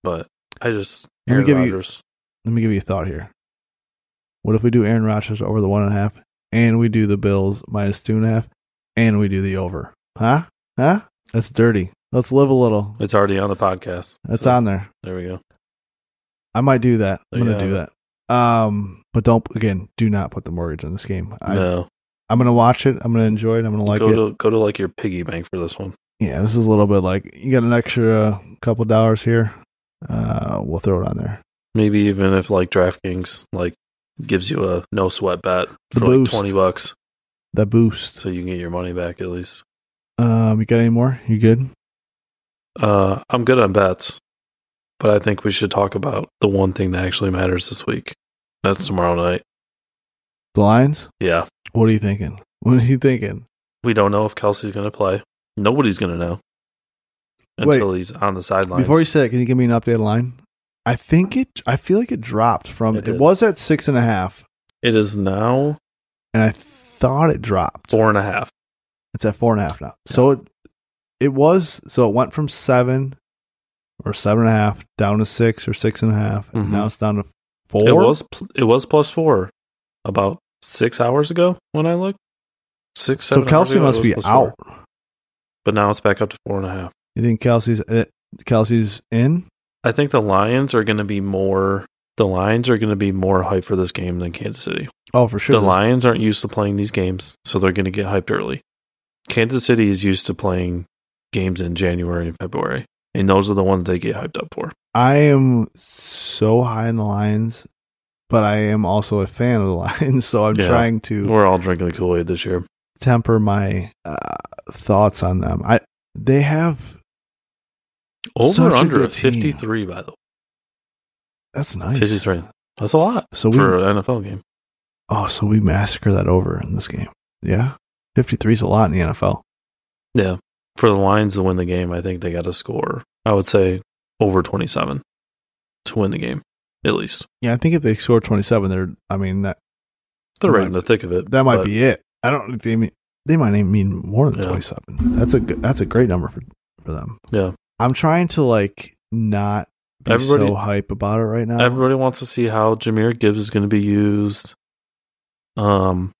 But I just Let me Aaron give you- Rodgers. let me give you a thought here. What if we do Aaron Rodgers over the one and a half, and we do the Bills minus two and a half, and we do the over? Huh? Huh? That's dirty. Let's live a little. It's already on the podcast. That's So, on there. There we go. I might do that. I'm There you gonna do that. Um, but don't again. Do not put the mortgage on this game. I, no, I'm gonna watch it. I'm gonna enjoy it. I'm gonna like go it. to go to like your piggy bank for this one. yeah, this is a little bit like you got an extra couple dollars here. Uh, we'll throw it on there. Maybe even if like DraftKings like gives you a no sweat bet The for boost. like twenty bucks, That boost. so you can get your money back at least. Um, you got any more? You good? Uh, I'm good on bets, but I think we should talk about the one thing that actually matters this week. That's tomorrow night. The Lions. Yeah, What are you thinking? What are you thinking? we don't know if Kelsey's going to play. Nobody's going to know until he's on the sidelines. Before you say that, can you give me an updated line? I think it. I feel like it dropped from. It It, did. was at six and a half, it is now and I thought it dropped. four and a half. It's at four and a half now. So it it was so it went from seven or seven and a half down to six or six and a half, and Mhm. now it's down to four. It was pl- it was plus four about six hours ago when I looked. Six. so Seven hours Kelsey ago, it must was be plus four. out. but now it's back up to four and a half. You think Kelsey's uh, Kelsey's in? I think the Lions are going to be more. The Lions are going to be more hype for this game than Kansas City. Oh, for sure. the Lions aren't used to playing these games, so they're going to get hyped early. Kansas City is used to playing games in January and February, and those are the ones they get hyped up for. I am so high in the Lions, but I am also a fan of the Lions, so I'm Yeah. trying to. We're all drinking the Kool Aid this year. temper my uh, thoughts on them. I they have Such Over a under good team. 53, by the way. that's nice. 53. That's a lot So we for an NFL game. oh so we massacre that over in this game. Yeah, fifty three is a lot in the NFL. Yeah. For the Lions to win the game, I think they got to score, I would say, over 27 to win the game, at least. Yeah, I think if they score twenty seven, they're I mean that They're That right might- in the thick of it. that might but be it. I don't think they mean they might even mean more than Yeah. twenty seven. That's a good, that's a great number for for them. Yeah. I'm trying to like not be Everybody- so hype about it right now. Everybody wants to see how Jameer Gibbs is going to be used. Um,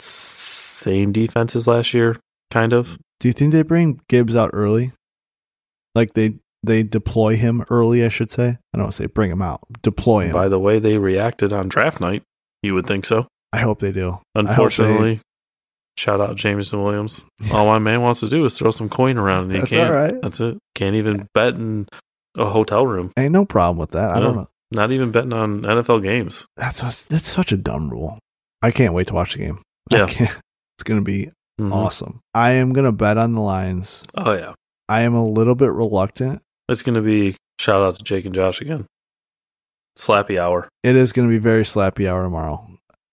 same defense as last year, kind of. Do you think they bring Gibbs out early? Like they they deploy him early, I should say. I don't want to say bring him out, deploy him. By the way, they reacted on draft night. You would think so. I hope they do. I hope they- Unfortunately, shout out Jameson Williams. All my man wants to do is throw some coin around, and he that's can't. all right. That's it. Can't even bet in a hotel room. Ain't no problem with that. I don't No. know. Not even betting on NFL games. That's a, that's such a dumb rule. I can't wait to watch the game. I Yeah. can't. It's gonna be Mhm. awesome. I am gonna bet on the Lions. Oh yeah, I am a little bit reluctant. it's gonna be shout out to Jake and Josh again. Slappy hour. It is gonna be very slappy hour tomorrow.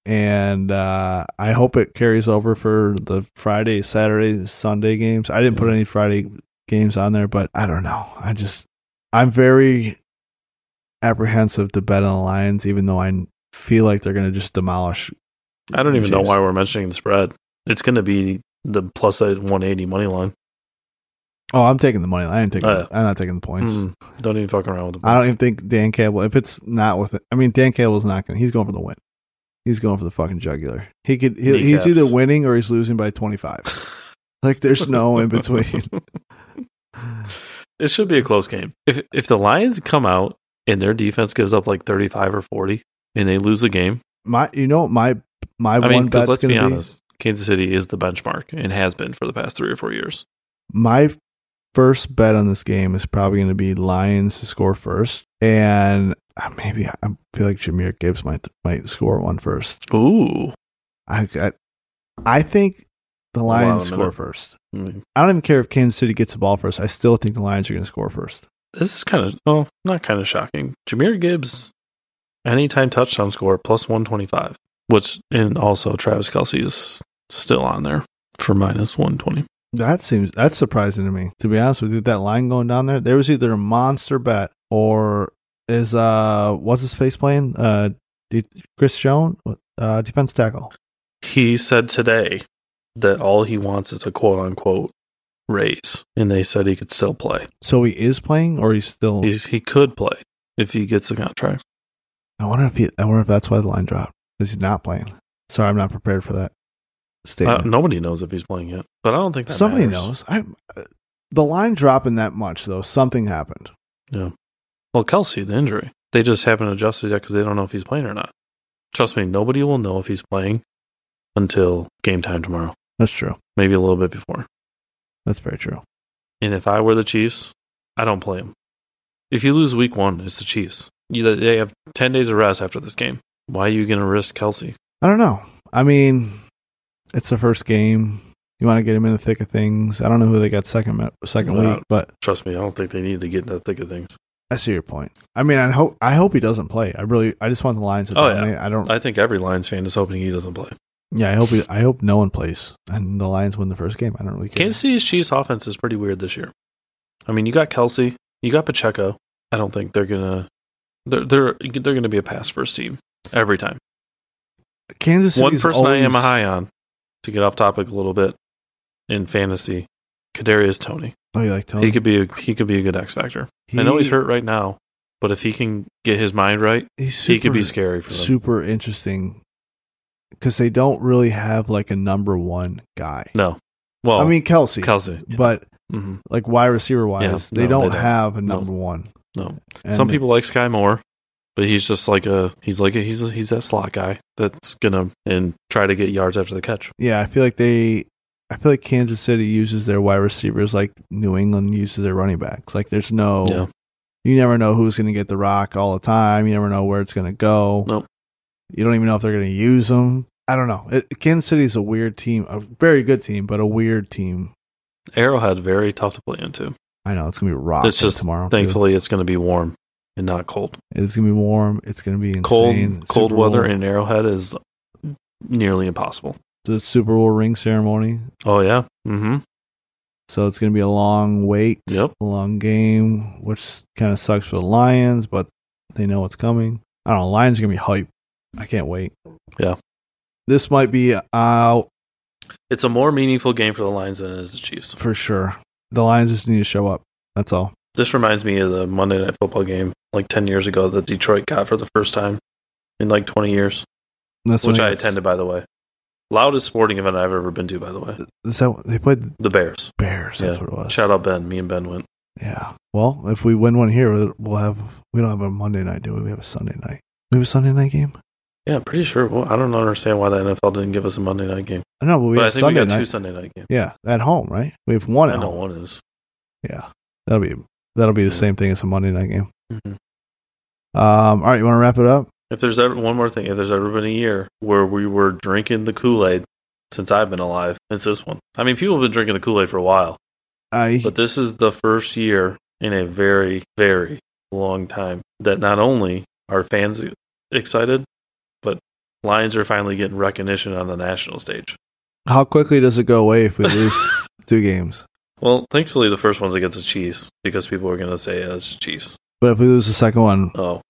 And uh, I hope it carries over for the Friday, Saturday, Sunday games. I didn't put any Friday games on there, but I don't know. I just I'm very apprehensive to bet on the Lions, even though I feel like they're gonna just demolish. I don't even know Chiefs. why we're mentioning the spread. It's gonna be the plus at 180 money line. Oh, I'm taking the money. line. I ain't taking. Oh, yeah. I'm not taking the points. Mm, don't even fuck around with the. I don't points. even think Dan Campbell. If it's not with it, I mean Dan Campbell's not going. to He's going for the win. He's going for the fucking jugular. He could. He, he's Kneecaps. either winning or he's losing by twenty five. like there's no in between. It should be a close game. If if the Lions come out and their defense gives up like 35 or 40 and they lose the game, My, you know, my my I one mean, because bet's let's going be to be honest, Kansas City is the benchmark and has been for the past three or four years. my first bet on this game is probably going to be Lions to score first, and uh, maybe I feel like Jameer Gibbs might might score one first. Ooh, I I, I think the Hold on a Lions score minute. first. Mm. I don't even care if Kansas City gets the ball first. I still think the Lions are going to score first. this is kind of well, not kind of shocking. Jameer Gibbs, anytime touchdown score plus 125, which and also Travis Kelsey is still on there for minus 120. That seems that's surprising to me. To be honest with you, that line going down there, there was either a monster bet or is uh what's his face playing? Uh, D- Chris Jones, uh, defense tackle. He said today that all he wants is a quote unquote raise, and they said he could still play. So he is playing, or he's still. He's, he could play if he gets the contract. I wonder if he. I wonder if that's why the line dropped. Is he not playing? Sorry, I'm not prepared for that. Uh, statement. nobody knows if he's playing yet, but I don't think that Somebody matters. knows. I the line dropping that much though. Something happened. Well, Kelsey, the injury, they just haven't adjusted yet because they don't know if he's playing or not. Trust me, nobody will know if he's playing until game time tomorrow, That's true. maybe a little bit before. That's very true. And if I were the Chiefs, I don't play him. If you lose week one, it's the Chiefs. You, they have 10 days of rest after this game. Why are you going to risk Kelsey? I don't know. I mean, it's the first game. You want to get him in the thick of things. I don't know who they got second ma- second Well, week, but Trust me, I don't think they need to get in the thick of things. I see your point. I mean, I hope I hope he doesn't play. I really I just want the Lions to Oh, yeah. dominate. I don't. I think every Lions fan is hoping he doesn't play. yeah, I hope he, I hope no one plays and the Lions win the first game. I don't really care. Kansas City's Chiefs offense is pretty weird this year. I mean, you got Kelsey, you got Pacheco. I don't think they're gonna they're they're they're gonna be a pass first team every time. Kansas City's One person I am always- high on to get off topic a little bit in fantasy, Kadarius Tony. Oh, you like Tony? He could be a, he could be a good X factor. I know he's hurt right now, but if he can get his mind right, He's he could be super- scary for them. super interesting because they don't really have like a number one guy. No, well, I mean Kelsey, Kelsey, but Mhm. like wide receiver wise, Yeah, they, no, don't they don't. have a No. number one. No. And Some people like Sky Moore, but he's just like a he's like a, he's a, he's that slot guy that's gonna and try to get yards after the catch. yeah, I feel like they, I feel like Kansas City uses their wide receivers like New England uses their running backs. Like there's no, Yeah. you never know who's going to get the rock all the time. You never know where it's going to go. Nope. You don't even know if they're going to use them. I don't know. It, Kansas City's a weird team, a very good team, but a weird team. Arrowhead very tough to play into. I know it's gonna be rock It's just tomorrow. too. Thankfully, it's gonna be warm and not cold. It's gonna be warm. It's gonna be insane. Cold Super cold weather Bowl- in Arrowhead is nearly impossible. the Super Bowl ring ceremony. Oh yeah, mm-hmm. So it's gonna be a long wait. Yep. A long game, which kind of sucks for the Lions, but they know what's coming. I don't know. Lions are gonna be hype. I can't wait. Yeah. This might be out It's a more meaningful game for the Lions than it is the Chiefs. for sure. The Lions just need to show up. That's all. This reminds me of the Monday Night Football game like ten years ago that Detroit got for the first time in like twenty years, That's which when I it's- attended by the way. Loudest sporting event I've ever been to, by the way. Is that they played the The Bears. Bears? That's Yeah. what it was. Shout out Ben. Me and Ben went. Yeah. Well, if we win one here, we'll- we'll have. We don't have a Monday night, do we? We have a Sunday night. We have a Sunday night game. Yeah, I'm pretty sure. Well, I don't understand why the NFL didn't give us a Monday night game. I know, but we but I have think Sunday we got night. two Sunday night games. Yeah, at home, right? We have one I at know home. one is. Yeah, that'll be that'll be the Yeah. same thing as a Monday night game. Mhm. Um, all right, you want to wrap it up? If there's ever one more thing, if there's ever been a year where we were drinking the Kool Aid since I've been alive, it's this one. I mean, people have been drinking the Kool Aid for a while, I but this is the first year in a very, very long time that not only are fans excited, but Lions are finally getting recognition on the national stage. how quickly does it go away if we lose two games? Well, thankfully, the first one's against the Chiefs because people are going to say, oh, it's the Chiefs. But if we lose the second one, Oh,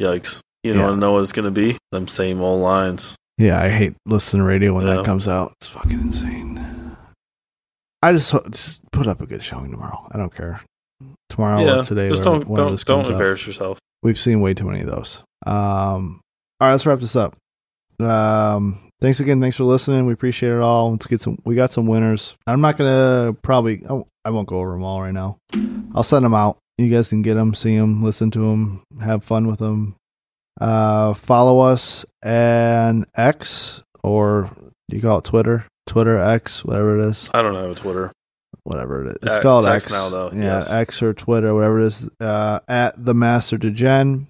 yikes. You Yeah. don't know what it's going to be? Them same old lines. yeah, I hate listening to radio when Yeah. that comes out. It's fucking insane. I just, ho- just put up a good showing tomorrow. I don't care. Tomorrow yeah. or today, just whenever- don't, whenever don't, this don't comes out. embarrass yourself. We've seen way too many of those. Um, all right, let's wrap this up. Um, thanks again. Thanks for listening. We appreciate it all. Let's get some. We got some winners. I'm not gonna probably. I won't- I won't go over them all right now. I'll send them out. You guys can get them, see them, listen to them, have fun with them. Uh, follow us on X or you call it Twitter, Twitter X, whatever it is I don't have a Twitter. whatever it is. It's X- called Uh, X X, now, though, Yeah, yes. X or Twitter, whatever it is. Uh, at the Master Degen.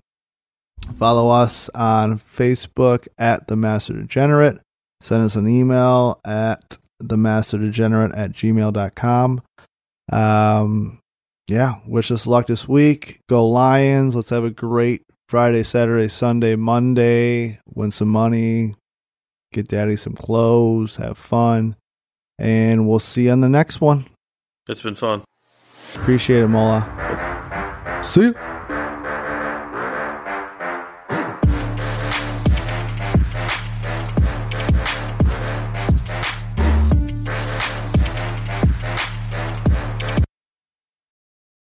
Follow us on Facebook at the Master Degenerate. Send us an email at the Master Degenerate at gmail.com. Um, yeah, wish us luck this week. Go Lions. Let's have a great Friday, Saturday, Sunday, Monday. Win some money. Get daddy some clothes. Have fun. And we'll see you on the next one. It's been fun. Appreciate it, Mola. See ya.